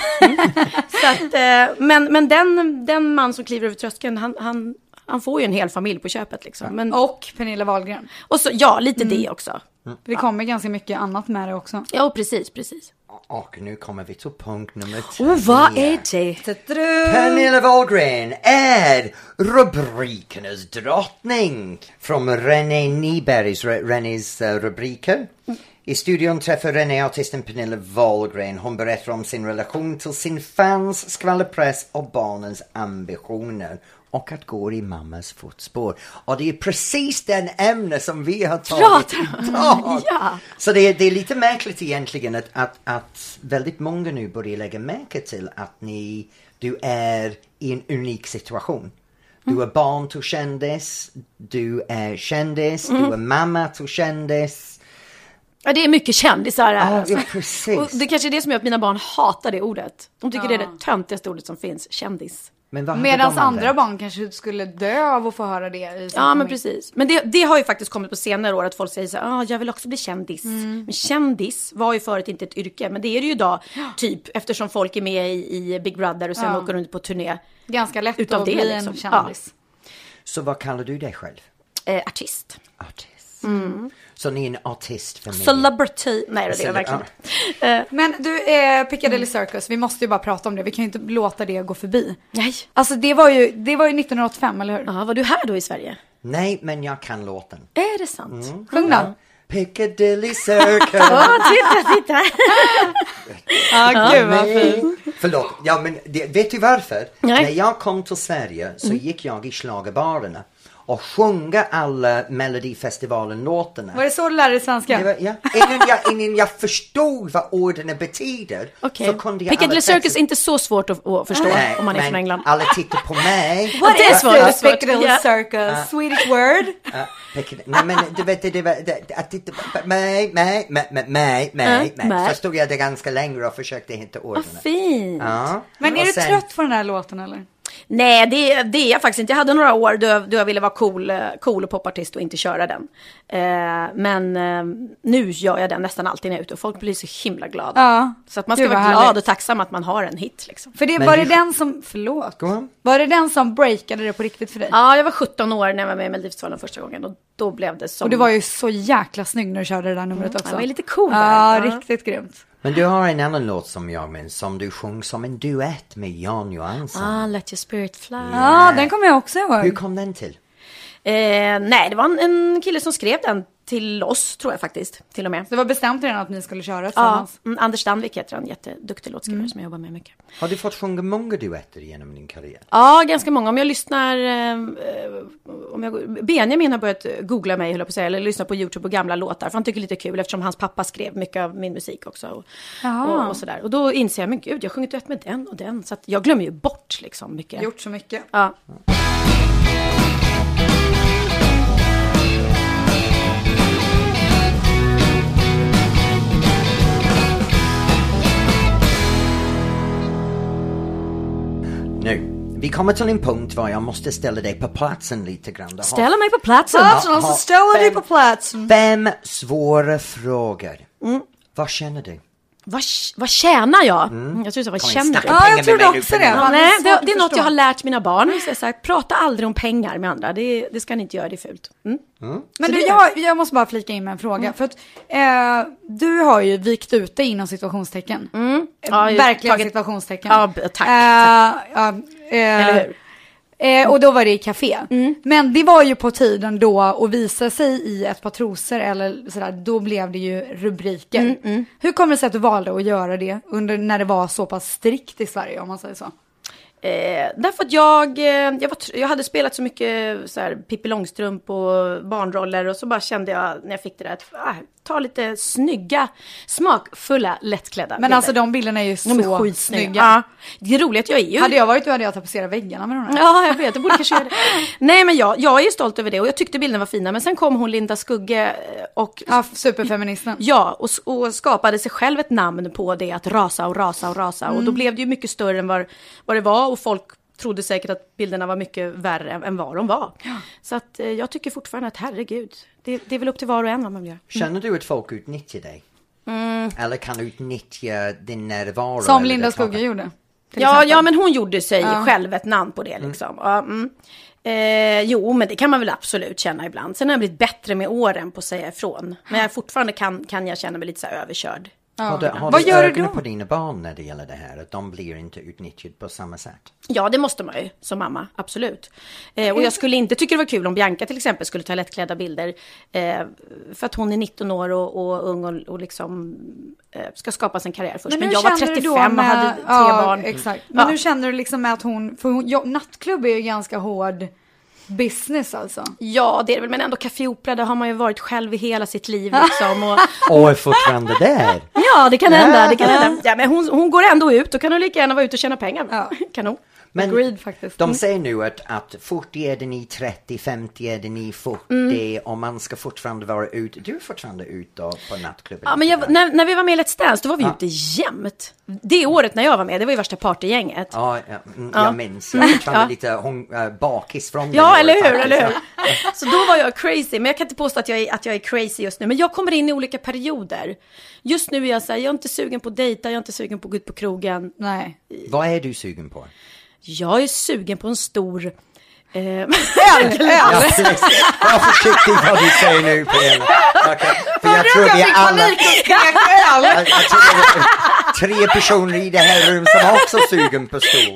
Så att, eh, men men den, den man som kliver över tröskeln, han, han, han får ju en hel familj på köpet liksom. Men, och, Och Pernilla Wahlgren. så, ja, lite det också. Det kommer ganska mycket annat med det också. Ja, precis, precis. Och nu kommer vi till punkt nummer tre. Och vad är det? Pernilla Wahlgren är rubrikernas drottning från René Nybergs, Re- Renés eh, rubriker. I studion träffar René artisten Pernilla Wahlgren. Hon berättar om sin relation till sin fans, skvallerpress och barnens ambitioner och att gå i mammas fotspår. Och det är precis den ämne som vi har tagit idag. Så det är, det är lite märkligt egentligen att, att, att väldigt många nu börjar lägga märke till att ni, du är i en unik situation. Du är barn till kändis, du är kändis, du är mamma till kändis. Ja, det är mycket kändisar här. Ja, alltså. ja precis. Och det kanske är det som gör att mina barn hatar det ordet. De tycker det är det töntigaste ordet som finns, kändis. Men vad hade Medan de använt? andra barn kanske skulle dö av att få höra det i sin Ja, men familj. precis. Men det, det har ju faktiskt kommit på senare år att folk säger så här, ah, jag vill också bli kändis. Mm. Men kändis var ju förut inte ett yrke, men det är det ju idag, typ, eftersom folk är med i, i Big Brother och sen åker runt på turné. Ganska lätt Utav att det, bli liksom. en kändis. Så vad kallar du dig själv? Eh, artist. Artist. Så ni är en artistfamilj? Celebrity. Nej, det är jag Cele- verkligen ja. inte. Men du, eh, Piccadilly Mm. Circus, vi måste ju bara prata om det. Vi kan ju inte låta det gå förbi. Nej. Alltså det var ju, det var ju 1985, eller hur? Ja, var du här då i Sverige? Nej, men jag kan låten. Är det sant? Sjung då. Piccadilly Circus. Ja, titta, titta. Ja, gud vad fint. Nej. Förlåt, ja, men det, vet du varför? Nej. Mm. När jag kom till Sverige så gick jag i schlagerbarerna och sjunga alla Melodifestivalen-låtarna. Var det så du lärde dig svenska? Det var- ja. innan, jag, innan jag förstod vad orden betyder Okej. så kunde jag alla Piccadilly Circus är texter. inte så svårt att, att förstå Nej, om man är men från England. Alla tittar på mig. What is Ja, this? ja, That's what- Piccadilly yeah. Circus, Swedish word. ja, Piccadilly. Nej men du vet, det- det var det- att titta på mig, mig, mig, mig, mig, mig, Ja, mig. mig. Så stod jag där ganska länge och försökte hitta orden. Vad fint. Ja. Men är Och du sen- trött på den här låten eller? Nej, det, det är jag faktiskt inte. Jag hade några år då jag, då jag ville vara cool, eh, cool och popartist och inte köra den. Eh, men eh, nu gör jag den nästan alltid när jag är ute och folk blir så himla glada. Ja. Så att man ska Gud, vara vad glad härligt. och tacksam att man har en hit liksom. För det, Men var det- det den som, förlåt. Go on. Var det den som breakade det på riktigt för dig? Ja, jag var 17 år när jag var med i Melodifestivalen första gången och då blev det som... Och du var ju så jäkla snygg när du körde det där numret också. jag var ju Mm. lite cool Ja, där. Ja. riktigt grymt. Men du har en annan låt som jag minns som du sjöng som en duett med Jan Johansson. Ah, let your spirit fly. Ja, den kommer jag också ihåg. Hur kom den till? Eh, nej, det var en, en kille som skrev den till oss tror jag faktiskt, till och med. Det var bestämt redan att ni skulle köra Ja, tillsammans. mm, Anders Danvik heter han, jätteduktig låtskrivare som jag jobbar med mycket. Har du fått sjunga många duetter genom din karriär? Ja, ganska många. Om jag lyssnar... eh, eh, Om jag, Benjamin har börjat googla mig, höll jag på att säga, eller lyssna på YouTube på gamla låtar, för han tycker det är lite kul eftersom hans pappa skrev mycket av min musik också. Och, Jaha. och, och sådär. Och då inser jag, men gud, jag har sjungit duett med den och den, så att jag glömmer ju bort liksom mycket. Gjort så mycket. Ja. Nu, vi kommer till en punkt var jag måste ställa dig på platsen lite grann. Du har Ställa mig på platsen! Ja, ja. platsen. Fem svåra frågor. Mm. Vad känner du? Vad, vad tjänar jag? Jag tror så, vad Kom igen, känner snacka jag? Ja, pengar jag med trodde mig nu, också det. Pernilla. Ja, men Nej, svårt det, att det är något jag förstå. har lärt mina barn. Så jag säger, prata aldrig om pengar med andra, det, det ska ni inte göra, det är fult. Mm. Men du, jag, jag måste bara flika in med en fråga. För att eh, du har ju vikt ut dig inom situationstecken. Mm. Ja, jag- Verkligen tagit- situationstecken. Ja, b- tack, Eh, ja, eh, Eller hur? Mm. Eh, och då var det i café. Men det var ju på tiden då att visa sig i ett par trosor eller sådär, då blev det ju rubriker. Mm, Hur kommer det sig att du valde att göra det under, när det var så pass strikt i Sverige om man säger så? Eh, därför att jag, eh, jag, var, tr- jag hade spelat så mycket så här, Pippi Långstrump och barnroller och så bara kände jag när jag fick det där att ah, ta lite snygga, smakfulla, lättklädda Men alltså de bilderna är ju så de är skitsnygga. Ja. Det är roligt, jag är ju... Hade jag varit du hade jag tapetserat väggarna med de där. Ja, jag vet. Jag borde kanske göra det. Nej, men jag, jag är stolt över det och jag tyckte bilderna var fina. Men sen kom hon, Linda Skugge, eh, och Ja, superfeministen. Ja, och, s- och skapade sig själv ett namn på det att rasa och rasa och rasa. Och då blev det ju mycket större än vad, vad det var och folk trodde säkert att bilderna var mycket värre än vad de var. Så att eh, jag tycker fortfarande att herregud, det, det är väl upp till var och en vad man gör. Känner du att folk utnyttjar dig? Eller kan utnyttja din närvaro? Mm. Som eller Linda det- Skugge gjorde. till Ja, exempel. ja, men hon gjorde sig själv ett namn på det liksom. Ja, mm. Eh, jo, men det kan man väl absolut känna ibland. Sen har jag blivit bättre med åren på att säga ifrån. Men jag fortfarande kan, kan jag känna mig lite så här överkörd. Har du, har Vad du gör du ögonen då? på dina barn när det gäller det här? Att de blir inte utnyttjade på samma sätt? Ja, det måste man ju som mamma, absolut. Eh, och jag skulle inte tycka det var kul om Bianca till exempel skulle ta lättklädda bilder. Eh, för att hon är 19 år och, och ung och, och liksom eh, ska skapa sin karriär först. Men, hur jag var känner du 35 då och med- hade tre ja, barn. Exakt. Men Ja. hur känner du liksom med att hon, för hon, ja, nattklubb är ju ganska hård business alltså. Ja, det är det väl. Men ändå Café Opera, där har man ju varit själv i hela sitt liv liksom. Och, Och är fortfarande där? ja, det kan hända. Det kan hända. Ja, men hon, hon går ändå ut. Då kan hon lika gärna vara ute och tjäna pengar. Ja. Kanon. Men Agreed, faktiskt. Mm. Mm. de säger nu att, att 40 är det ni, 30, 50 är det ni, 40 Mm. och man ska fortfarande vara ute. Du är fortfarande ute och- på nattklubben? Ja, men lite jag, grann. när, när vi var med i Let's Dance, då var vi ute jämt. Det året när jag var med, det var ju värsta partygänget. Ja, ja, mm, jag minns. Jag är fortfarande lite hung, äh, bakis från det Ja, året eller hur, faktiskt. eller hur. Så då var jag crazy, men jag kan inte påstå att jag, är, att jag är crazy just nu. Men jag kommer in i olika perioder. Just nu är jag så här, jag är inte sugen på att dejta, jag är inte sugen på att gå ut på krogen. Nej. Vad är du sugen på? Jag är sugen på en stor... Eh, Ja, precis. Var försiktig vad du säger nu Pernilla. Okej, För jag tror vi alla... Jag, jag tror det är tre personer i det här rummet som också är sugen på skor.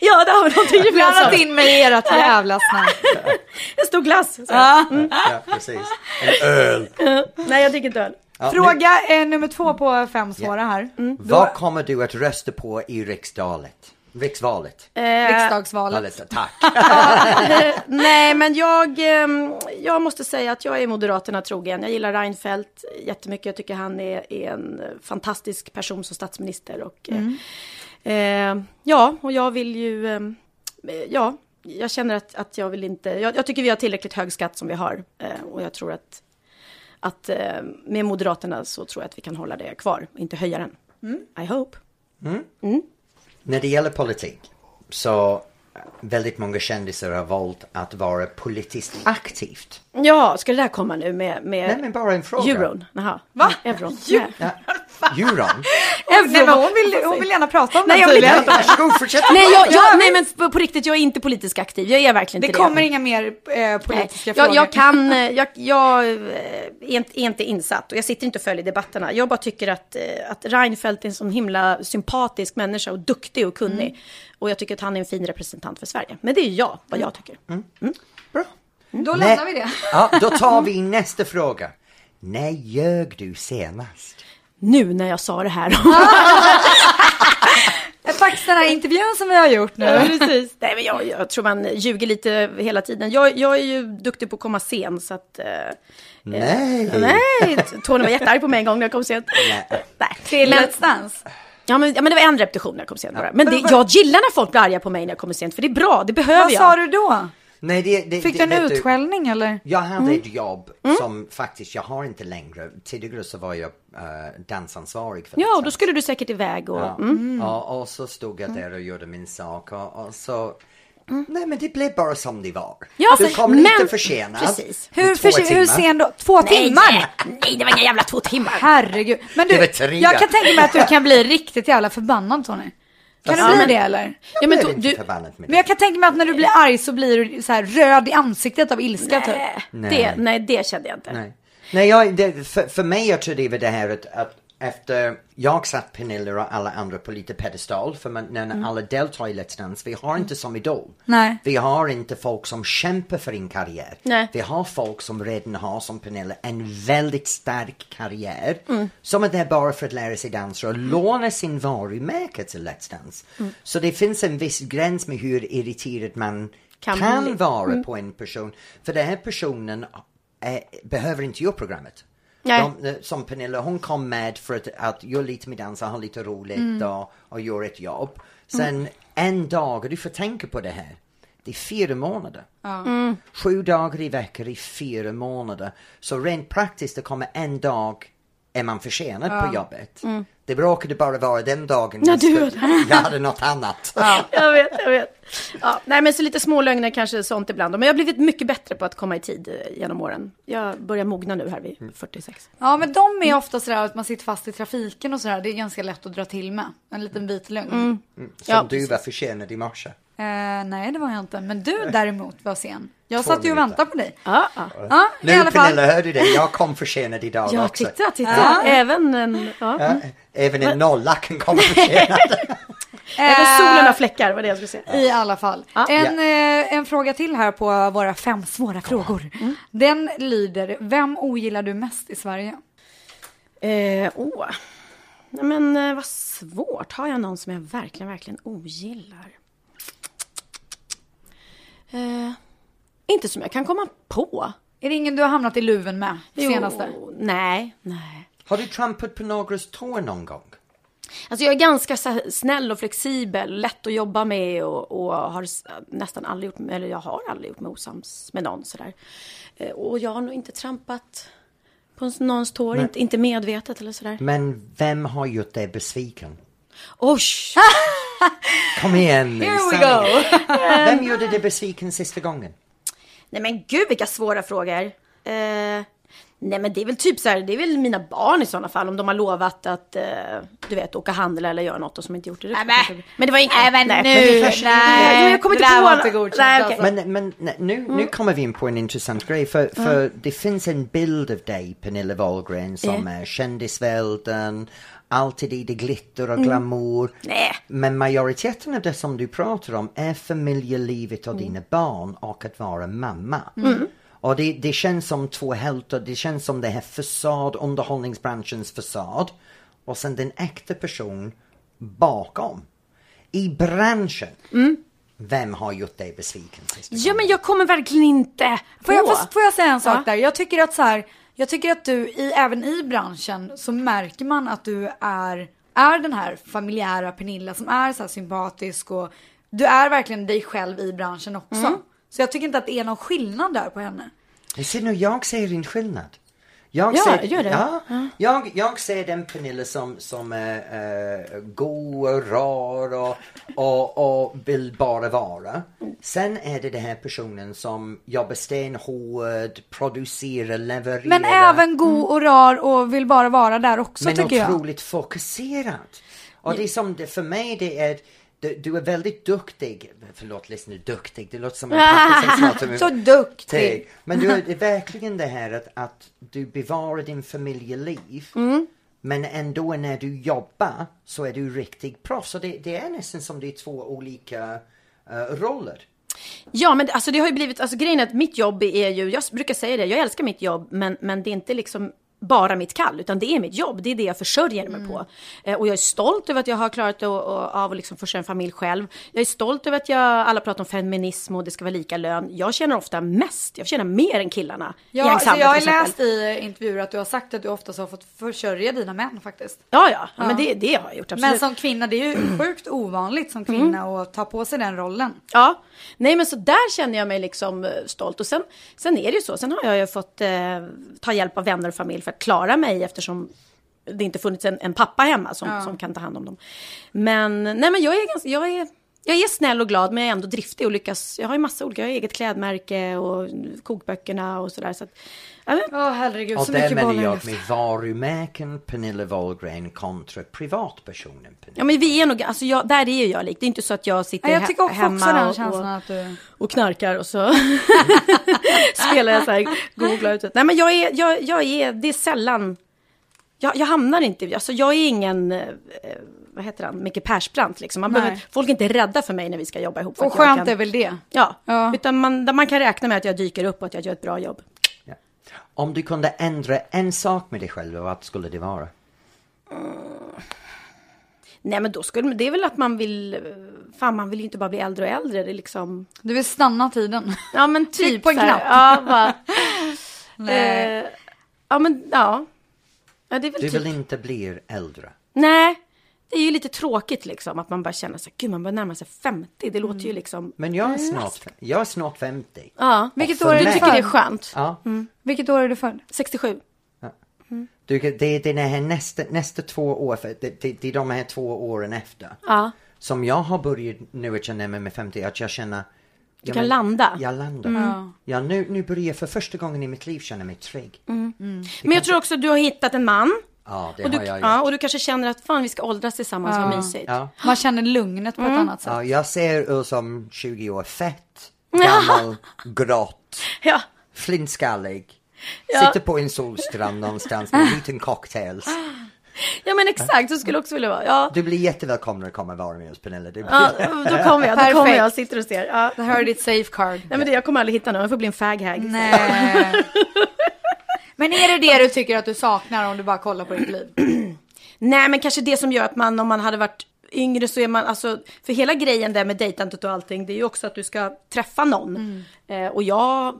ja, det har vi någonting Blandat gemensamt. in mig i ert jävla snack. Mm. En stor glass. Så. Ja, precis. En öl. Nej, jag dricker inte öl. Ja, nu, Fråga eh, nummer två på fem svåra här. vad kommer du att rösta på i riksdalet? Riksvalet? Riksdagsvalet. Valet, tack. Eh, Nej, men jag, ehm, jag måste säga att jag är Moderaterna trogen. Jag gillar Reinfeldt jättemycket. Jag tycker han är, är en fantastisk person som statsminister. Och, eh, Mm. eh, ja, och jag vill ju... ehm, eh, ja, jag känner att, att jag vill inte... Jag, jag tycker vi har tillräckligt hög skatt som vi har. Eh, och jag tror att, att eh, med Moderaterna så tror jag att vi kan hålla det kvar. och Inte höja den. Mm. I hope. När det gäller politik så eh, väldigt många kändisar har valt att vara politiskt aktivt. Ja, ska det där komma nu med, Nej med men bara en fråga. Eh, euron? Jaha. Va? Euron. Nej. Ja, euron? Nej, men hon, vill, hon vill gärna prata om Nej, den jag vill tydligen. Ja, Varsågod, fortsätt. Nej, jag, jag, nej men på, på riktigt, jag är inte politiskt aktiv. Jag är verkligen Det inte kommer inga mer eh, Nej, politiska jag, frågor. jag kan, eh, jag, jag eh, är, inte, är inte insatt och jag sitter inte och följer debatterna. Jag bara tycker att, eh, att Reinfeldt är en sån himla sympatisk människa och duktig och kunnig. Mm. Och jag tycker att han är en fin representant för Sverige. Men det är jag, vad Mm. jag tycker. Bra. Då lämnar vi det. Ja, då tar vi nästa fråga. När ljög du senast? Nu när jag sa det här. Eh, Faktiskt den här intervjun som vi har gjort nu. Ja, precis. Nej, men jag, jag tror man ljuger lite hela tiden. Jag, jag är ju duktig på att komma sen, så att... Eh, Nej. Nej, Tony var jättearg på mig en gång när jag kom sent. Nej. Nej. Till Men- Let's Dance. Ja men, ja men det var en repetition när jag kom sent bara. Men det, jag gillar när folk blir arga på mig när jag kommer sent för det är bra, det behöver Vad jag. sa du då? Nej, det, det, Fick det, du en vet utskällning eller? Jag hade ett jobb som faktiskt jag har inte längre. Tidigare så var jag eh, dansansvarig för Ja, Let's och då Dance. skulle du säkert iväg och... Ja. Mm. Ja, och så stod jag där och gjorde min sak och, och så Nej men det blev bara som det var. Ja, du fast- kom lite men- försenad. Precis. med Hur, två för, hur timmar. sen då? Två timmar? Nej, nej, det var inga jävla två timmar. Herregud. Men Det du, var tre. jag kan tänka mig att du kan bli riktigt jävla förbannad Tony. Kan Alltså, du bli men- det eller? Ja, men, Jag to, blev du, inte förbannad med Men jag kan tänka mig att när du blir arg så blir du så här röd i ansiktet av ilska typ. nej. Det, nej, det kände jag inte. Nej, Nej jag, det, för, för mig jag tror det var det här att, att efter jag satt Pernilla och alla andra på lite pedestal för man, när alla deltar i Let's Dance, vi har inte som Idol. Nej. Vi har inte folk som kämpar för en karriär. Nej. Vi har folk som redan har, som Pernilla, en väldigt stark karriär. Som är där bara för att lära sig dansa och låna sin varumärke till Let's Dance. Så det finns en viss gräns med hur irriterad man Kan kan, bli. Mm. vara på en person. För den här personen eh, behöver inte göra programmet. Nej. De, eh, som Pernilla, hon kom med för att, att göra lite med dansa, ha lite roligt Mm. och, och göra ett jobb. Sen en dag, och du får tänka på det här, det är fyra månader. Sju dagar i veckan i fyra månader. Så rent praktiskt, det kommer en dag är man försenad på jobbet. Det råkade bara vara den dagen Mm. Ja, jag, du skulle- jag hade något annat. jag vet, jag vet. Ja, nej, men så lite små lögner kanske sånt ibland. Men jag har blivit mycket bättre på att komma i tid eh, genom åren. Jag börjar mogna nu här vid 46. Ja men de är ofta sådär att man sitter fast i trafiken och sådär. Det är ganska lätt att dra till med. En liten bit lögn. Mm. Som Ja, du var försenad i morse. Eh, nej det var jag inte. Men du däremot var sen. Jag satt ju och väntade på dig. Ja, ja. Ja, i Nu alla fall. Pernilla, hörde du det? Jag kom försenad idag ja också. titta, titta. Även, en, ja. Ja, Även en nolla kan komma försenad. Även Eh, solen har fläckar, var det jag skulle säga. I alla fall. En, eh, en fråga till här på våra fem svåra frågor. Mm. Den lyder, vem ogillar du mest i Sverige? Eh, åh. Nej, men eh, vad svårt. Har jag någon som jag verkligen, verkligen ogillar? Eh, inte som jag kan komma på. Är det ingen du har hamnat i luven med senaste? Jo, nej, nej. Har du trampat på någras tår någon gång? Alltså jag är ganska så här snäll och flexibel, lätt att jobba med och, och har s- nästan aldrig gjort, eller jag har aldrig gjort mig osams med någon sådär. Eh, Och jag har nog inte trampat på någons tår, inte, inte medvetet eller Mm. sådär. Men vem har gjort dig besviken? Oj! Kom igen nu, Here we sanningen. Vem gjorde dig besviken sista gången? Nej men gud vilka svåra frågor. Eh, nej men det är väl typ så här, det är väl mina barn i sådana fall om de har lovat att, eh, du vet, åka handla eller göra något och som inte gjort det. Nej, men- men det var inget. Nej, men nu- nej, nej. Men jag kommer det inte där på var något. inte godkänt, Nej, okej. Mm. alltså. Men, men nej, nu, nu kommer vi in på en intressant grej för, för det finns en bild av dig Pernilla Wahlgren som är kändisvärlden, alltid i det glitter och glamour. Mm. Nej. Men majoriteten av det som du pratar om är familjelivet Mm. och dina barn och att vara mamma. Och det, det känns som två hälfter, det känns som det här fasad, underhållningsbranschens fasad och sen den äkta person bakom. I branschen, Mm. vem har gjort dig besviken? sist? Ja men jag kommer verkligen inte Får jag, på. får, får jag säga en sak Ja. där? Jag tycker att så här, jag tycker att du, i, även i branschen, så märker man att du är, är den här familjära Pernilla som är så här sympatisk och du är verkligen dig själv i branschen också. Mm. Så jag tycker inte att det är någon skillnad där på henne. Jag ser nu, jag ser en skillnad. Jag Ja, ser, gör det. Ja, jag, jag ser den Pernilla som, som är eh, god och rar och, och, och vill bara vara. Sen är det den här personen som jobbar stenhård, producerar, levererar. Men även Mm. god och rar och vill bara vara där också men tycker jag. otroligt fokuserad. Och det är som det, för mig det är du, du är väldigt duktig, förlåt lyssna nu, duktig, det låter som en pappa som pratar med Så duktig. Teg. Men du, det är verkligen det här att, att du bevarar din familjeliv. Mm. Men ändå när du jobbar så är du riktigt proffs. Så det, det är nästan som det är två olika eh, roller. Ja men det- alltså det har ju blivit, alltså grejen är att mitt jobb är ju, jag brukar säga det, jag älskar mitt jobb men, men det är inte liksom bara mitt kall utan det är mitt jobb, det är det jag försörjer mig Mm. på. Eh, och jag är stolt över att jag har klarat och, och, av att liksom försörja en familj själv. Jag är stolt över att jag, alla pratar om feminism och det ska vara lika lön. Jag tjänar ofta mest, jag tjänar mer än killarna i Ja, alltså ensemblen jag har till exempel. läst i intervjuer att du har sagt att du oftast har fått försörja dina män faktiskt. Ja, ja, ja, men det, det har jag gjort absolut. Mm. Men som kvinna, det är ju sjukt ovanligt som kvinna att ta på sig den rollen. Ja, nej men så där känner jag mig liksom eh, stolt. Och sen, sen är det ju så, sen har jag ju fått eh, ta hjälp av vänner och familj för att klara mig eftersom det inte funnits en, en pappa hemma som, som kan ta hand om dem. Men nej men jag är ganska, jag är, jag är snäll och glad men jag är ändå driftig och lyckas. Jag har ju massa olika, jag har eget klädmärke och kokböckerna och sådär. Så att, ja, men, Åh herregud, Och så där mycket menar bollar i jag med luften. varumärken Pernilla Wahlgren kontra privatpersonen Pernilla. ja men vi är nog, alltså jag, där är ju jag lik. Det är inte så att jag sitter Nej, jag he- tycker också hemma den och, känslan och, att du... och knarkar och så spelar jag så här googlar ut. Nej men jag är, jag, jag är, det är sällan, jag, jag hamnar inte, alltså jag är ingen, eh, vad heter han, Micke Persbrandt liksom. Man Nej. behöver, folk är inte rädda för mig när vi ska jobba ihop. för Och att jag skönt kan, är väl det. Ja, Ja. utan man, där man kan räkna med att jag dyker upp och att jag gör ett bra jobb. Ja. Om du kunde ändra en sak med dig själv, vad skulle det vara? Nej men då skulle, det är väl att man vill, eh, fan man vill ju inte bara bli äldre och äldre, det är liksom, Du vill stanna tiden. ja men typ på en så här, knapp. Ja, bara, Nej. eh, Ja, men ja. ja det är väl Du typ... vill inte bli äldre. Nej, det är ju lite tråkigt liksom att man bara känner så här, gud man börjar närma sig 50. Det låter ju liksom, Mm. Men jag är snart, jag är snart 50. ja. Vilket för år är du Jag mig- tycker Mm. det är född? skönt. Ja. Vilket år är du född? 67. Du, kan- det är den här nästa, nästa två år, för det, det, det är de här två åren efter. Ja. Som jag har börjat nu att jag närmar mig 50, att jag känner... Du kan landa. Mm. Jag landar. Ja, nu, nu börjar jag för första gången i mitt liv känna mig trygg. Men jag tror också att du har hittat en man. Ja, det Mm. har Och du, jag gjort. ja, och du kanske känner att fan vi ska åldras tillsammans, vad mysigt. Ja. Man känner lugnet på Mm. ett annat sätt. Ja, jag ser ut som 20 år, fett, gammal, grått, Ja. flintskallig. Ja. Sitter på en solstrand någonstans med en liten cocktails. ja, men exakt, så skulle jag också vilja vara. Ja, Du blir jättevälkommen att komma och vara med oss Pernilla. Du blir... ja då kommer jag, då kommer Perfekt. jag, sitter och ser. Ja. Det här är ditt safecard. Nej men det, jag kommer aldrig hitta någon, jag får bli en faghag. Nej. Men är det det du tycker att du saknar om du bara kollar på ditt liv? Nej men kanske det som gör att man om man hade varit yngre så är man alltså, för hela grejen där med dejtandet och allting det är ju också att du ska träffa någon. Eh, och jag,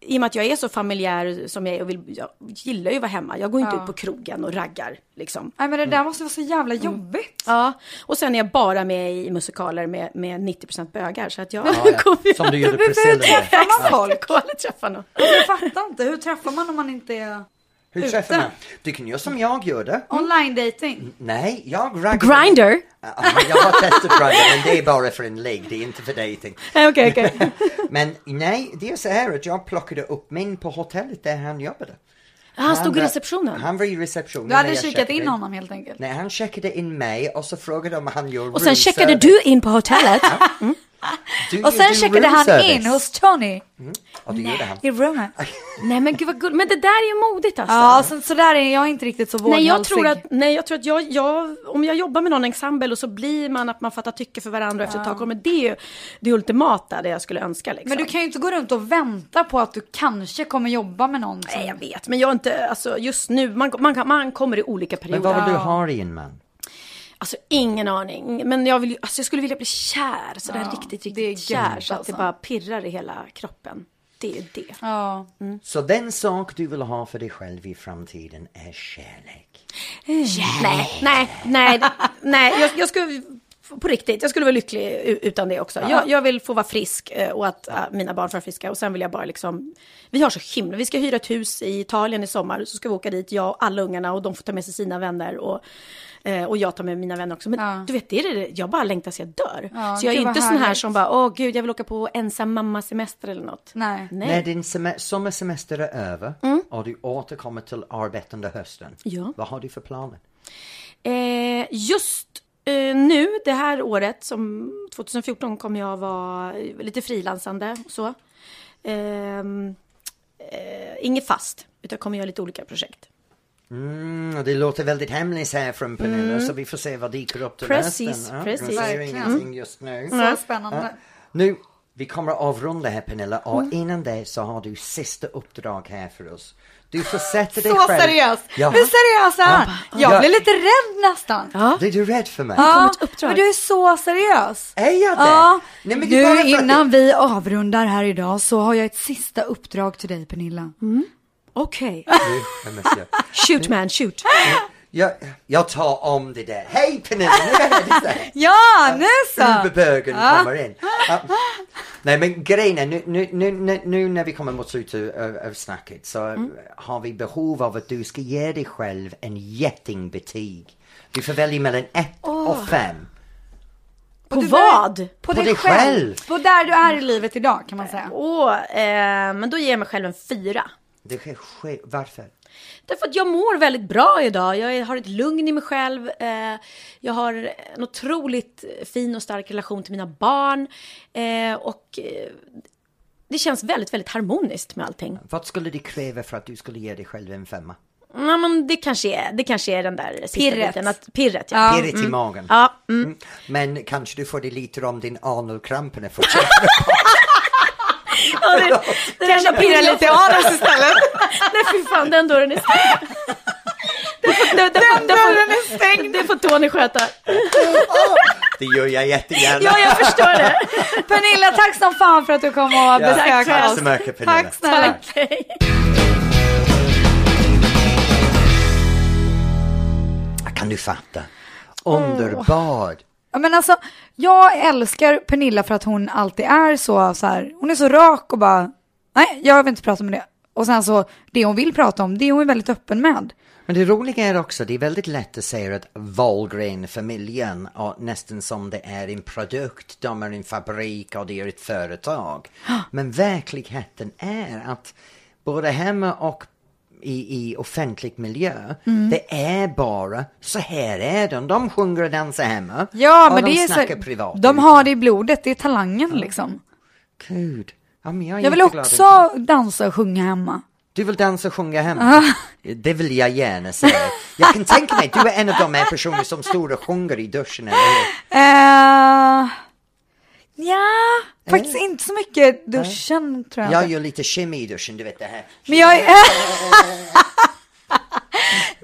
i och med att jag är så familjär som jag är och vill, jag gillar ju att vara hemma. Jag går inte ut på krogen och raggar liksom. Nej men det där måste vara så jävla Mm. jobbigt. Ja, och sen är jag bara med i musikaler med, med 90% bögar så att jag Ja, ja. kommer ju Som du gjorde behöver Priscilla. inte- där. Exakt, folk. jag kommer aldrig träffa någon. Alltså, Jag fattar inte, hur träffar man om man inte Mm. är Hur träffar man? Du kan göra som jag gjorde. online dating? Nej, jag raggade. Grinder? Ja, Jag har testat Grindr men det är bara för en ligg, det är inte för dating. Nej, Okej, okej. Men nej, det är så här att jag plockade upp min på hotellet där han jobbade. Han stod i var- receptionen. Han var i receptionen. Du hade när jag kikat checkade in honom helt enkelt. Nej, han checkade in mig och så frågade de om han gör Och sen checkade du in på hotellet. Och sen checkade han in hos Tony Och det gjorde han. i rummet. Nej men gud vad gulligt. Men det där är ju modigt alltså. Ja, så, så där är jag inte riktigt så våghalsig. Nej jag tror att, nej, jag tror att jag, jag, om jag jobbar med någon ensemble och så blir man att man fattar tycke för varandra och efter ett tag kommer det är ju det ultimata det jag skulle önska liksom. Men du kan ju inte gå runt och vänta på att du kanske kommer jobba med någon. som- Nej jag vet, men jag är inte, alltså just nu, man, man, kan- man kommer i olika Men perioder. vad vill du ha i en man? Alltså ingen aning, men jag, vill, ju- alltså, jag skulle vilja bli kär, sådär riktigt, det är riktigt grymt, kär så att alltså. det bara pirrar i hela kroppen. Det är ju det. Ja. Så den sak du vill ha för dig själv i framtiden är kärlek. Nej, nej, nej, nej. Jag, jag skulle, på riktigt, jag skulle vara lycklig u- utan det också. Jag, jag vill få vara frisk eh, och att eh, mina barn får vara friska. Och sen vill jag bara liksom, vi har så himla, vi ska hyra ett hus i Italien i sommar. Så ska vi åka dit, jag och alla ungarna och de får ta med sig sina vänner. Och, eh, och jag tar med mina vänner också. Men du vet, det är det, jag bara längtar så jag dör. Ja, så jag är gud, vad inte sån här härligt. som bara, åh gud, jag vill åka på ensam mamma-semester eller något. Nej. Nej. Mm. När din sem- sommarsemester är över och du återkommer till arbetet under hösten, Ja. vad har du för planer? Eh, just eh, nu, det här året, som 2014, kommer jag vara eh, lite frilansande och så. Ehm, eh, inget fast, utan kommer göra lite olika projekt. Mm, och det låter väldigt hemligt här från Pernilla så vi får se vad dyker upp till Mm. Precis, hösten. Ja, precis. Mm. Jag ser Verkligen. ingenting just nu. Så spännande. Nu, vi kommer att avrunda här Pernilla och Mm. innan det så har du sista uppdrag här för oss. Du får sätta dig Så själv. seriös! Ja. Hur seriös är han? Ja. Ja. Jag blir lite rädd nästan. Är du rädd för mig? Ja, ett uppdrag. men du är så seriös. Är jag det? Ja, Nej, men det är bara nu för att- innan vi avrundar här idag så har jag ett sista uppdrag till dig Pernilla. Okej. Du, jag måste göra- Shoot man, shoot. Jag, jag tar om det där. Hej Pernilla! Nu är det där. Ja, nu Mm. så! Uberbögen kommer in. Ja. Nej men grejen är, nu, nu, nu, nu, nu när vi kommer mot slutet av, av snacket så har vi behov av att du ska ge dig själv en jättingbetyg. Du får välja mellan 1 och 5. På vad? På, dig dig själv. själv. På där du är i livet idag kan man säga. Åh, eh, men då ger jag mig själv en fyra. Det sker, sker, varför? Därför att jag mår väldigt bra idag. Jag är- har ett lugn i mig själv. Eh, jag har en otroligt fin och stark relation till mina barn. Eh, och eh, det känns väldigt, väldigt harmoniskt med allting. Vad skulle det kräva för att du skulle ge dig själv en femma? Ja, men det kanske är, det kanske är den där sista Pirret. biten. Att, pirret, ja. Pirret i magen. ja. Mm. Men kanske du får det lite om din anulkramp när jag ja det, det kanske pirrar lite i anus istället. Nej, fy fan, den dörren är stängd. Den, får- den, den, den, dörren är stängd. Det får Tony sköta. Det gör jag jättegärna. Ja, jag förstår det. Pernilla, tack som fan för att du kom och Ja, besökte tack oss. så mycket, Pernilla. Tack snälla. Okej. Kan du fatta? Underbar. Ja, men alltså, jag älskar Pernilla för att hon alltid är så, så här, hon är så rak och bara, nej, jag vill inte prata om det. Och sen så, det hon vill prata om, det är hon väldigt öppen med. Men det roliga är också, det är väldigt lätt att säga att Wahlgren-familjen och nästan som det är en produkt, de är en fabrik och det är ett företag. Men verkligheten är att både hemma och i, i offentlig miljö, Mm. det är bara så här är de. De sjunger och dansar hemma Ja, och men de det är så, snackar privat. de har det i blodet, det är talangen liksom. Gud. Ja, men jag, är Jag vill jätteglad också dansa och sjunga hemma. Du vill dansa och sjunga hemma? Det vill jag gärna säga. Jag kan tänka mig, du är en av de här personer som står och sjunger i duschen, eller hur? Eh, ja, faktiskt inte så mycket duschen tror jag. Eh. Jag inte. gör lite kemi i duschen, du vet det här. Men jag är...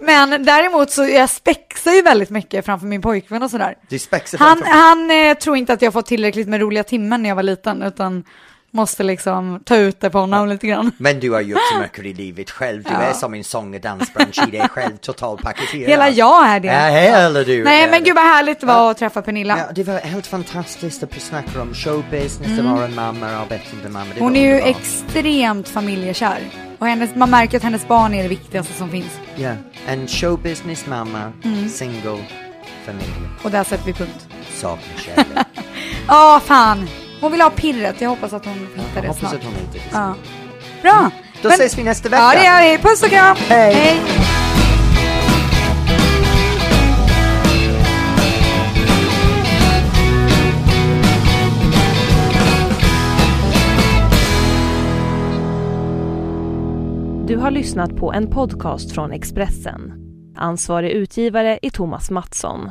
Men däremot så jag spexar ju väldigt mycket framför min pojkvän och sådär. Du spexar Han, framför- han eh, tror inte att jag fått tillräckligt med roliga timmen när jag var liten utan måste liksom ta ut det på honom lite grann. Men du har gjort så mycket i livet själv. Du är som en sång och dansbransch i dig själv, totalpaketerad. Hela jag är det. Ja, hela du. Nej är men det. gud vad härligt det var att träffa Pernilla. Ja, det var helt fantastiskt att snacka om showbusiness, det var en mamma och bättre mamma. Det Mm. Hon var är ju underbart. extremt familjekär. Och hennes, man märker att hennes barn är det viktigaste som finns. Ja, en showbusiness mamma, Mm. single, familj, Och där sätter vi punkt. saknar kärlek. Ja, fan. Hon vill ha pirret. Jag hoppas att hon hittar det Hoppas snart. att hon hittar det. Ja. Bra. Då Men- ses vi nästa vecka. Ja, det gör vi. Puss och kram. Hej. Du har lyssnat på en podcast från Expressen. Ansvarig utgivare är Thomas Mattsson.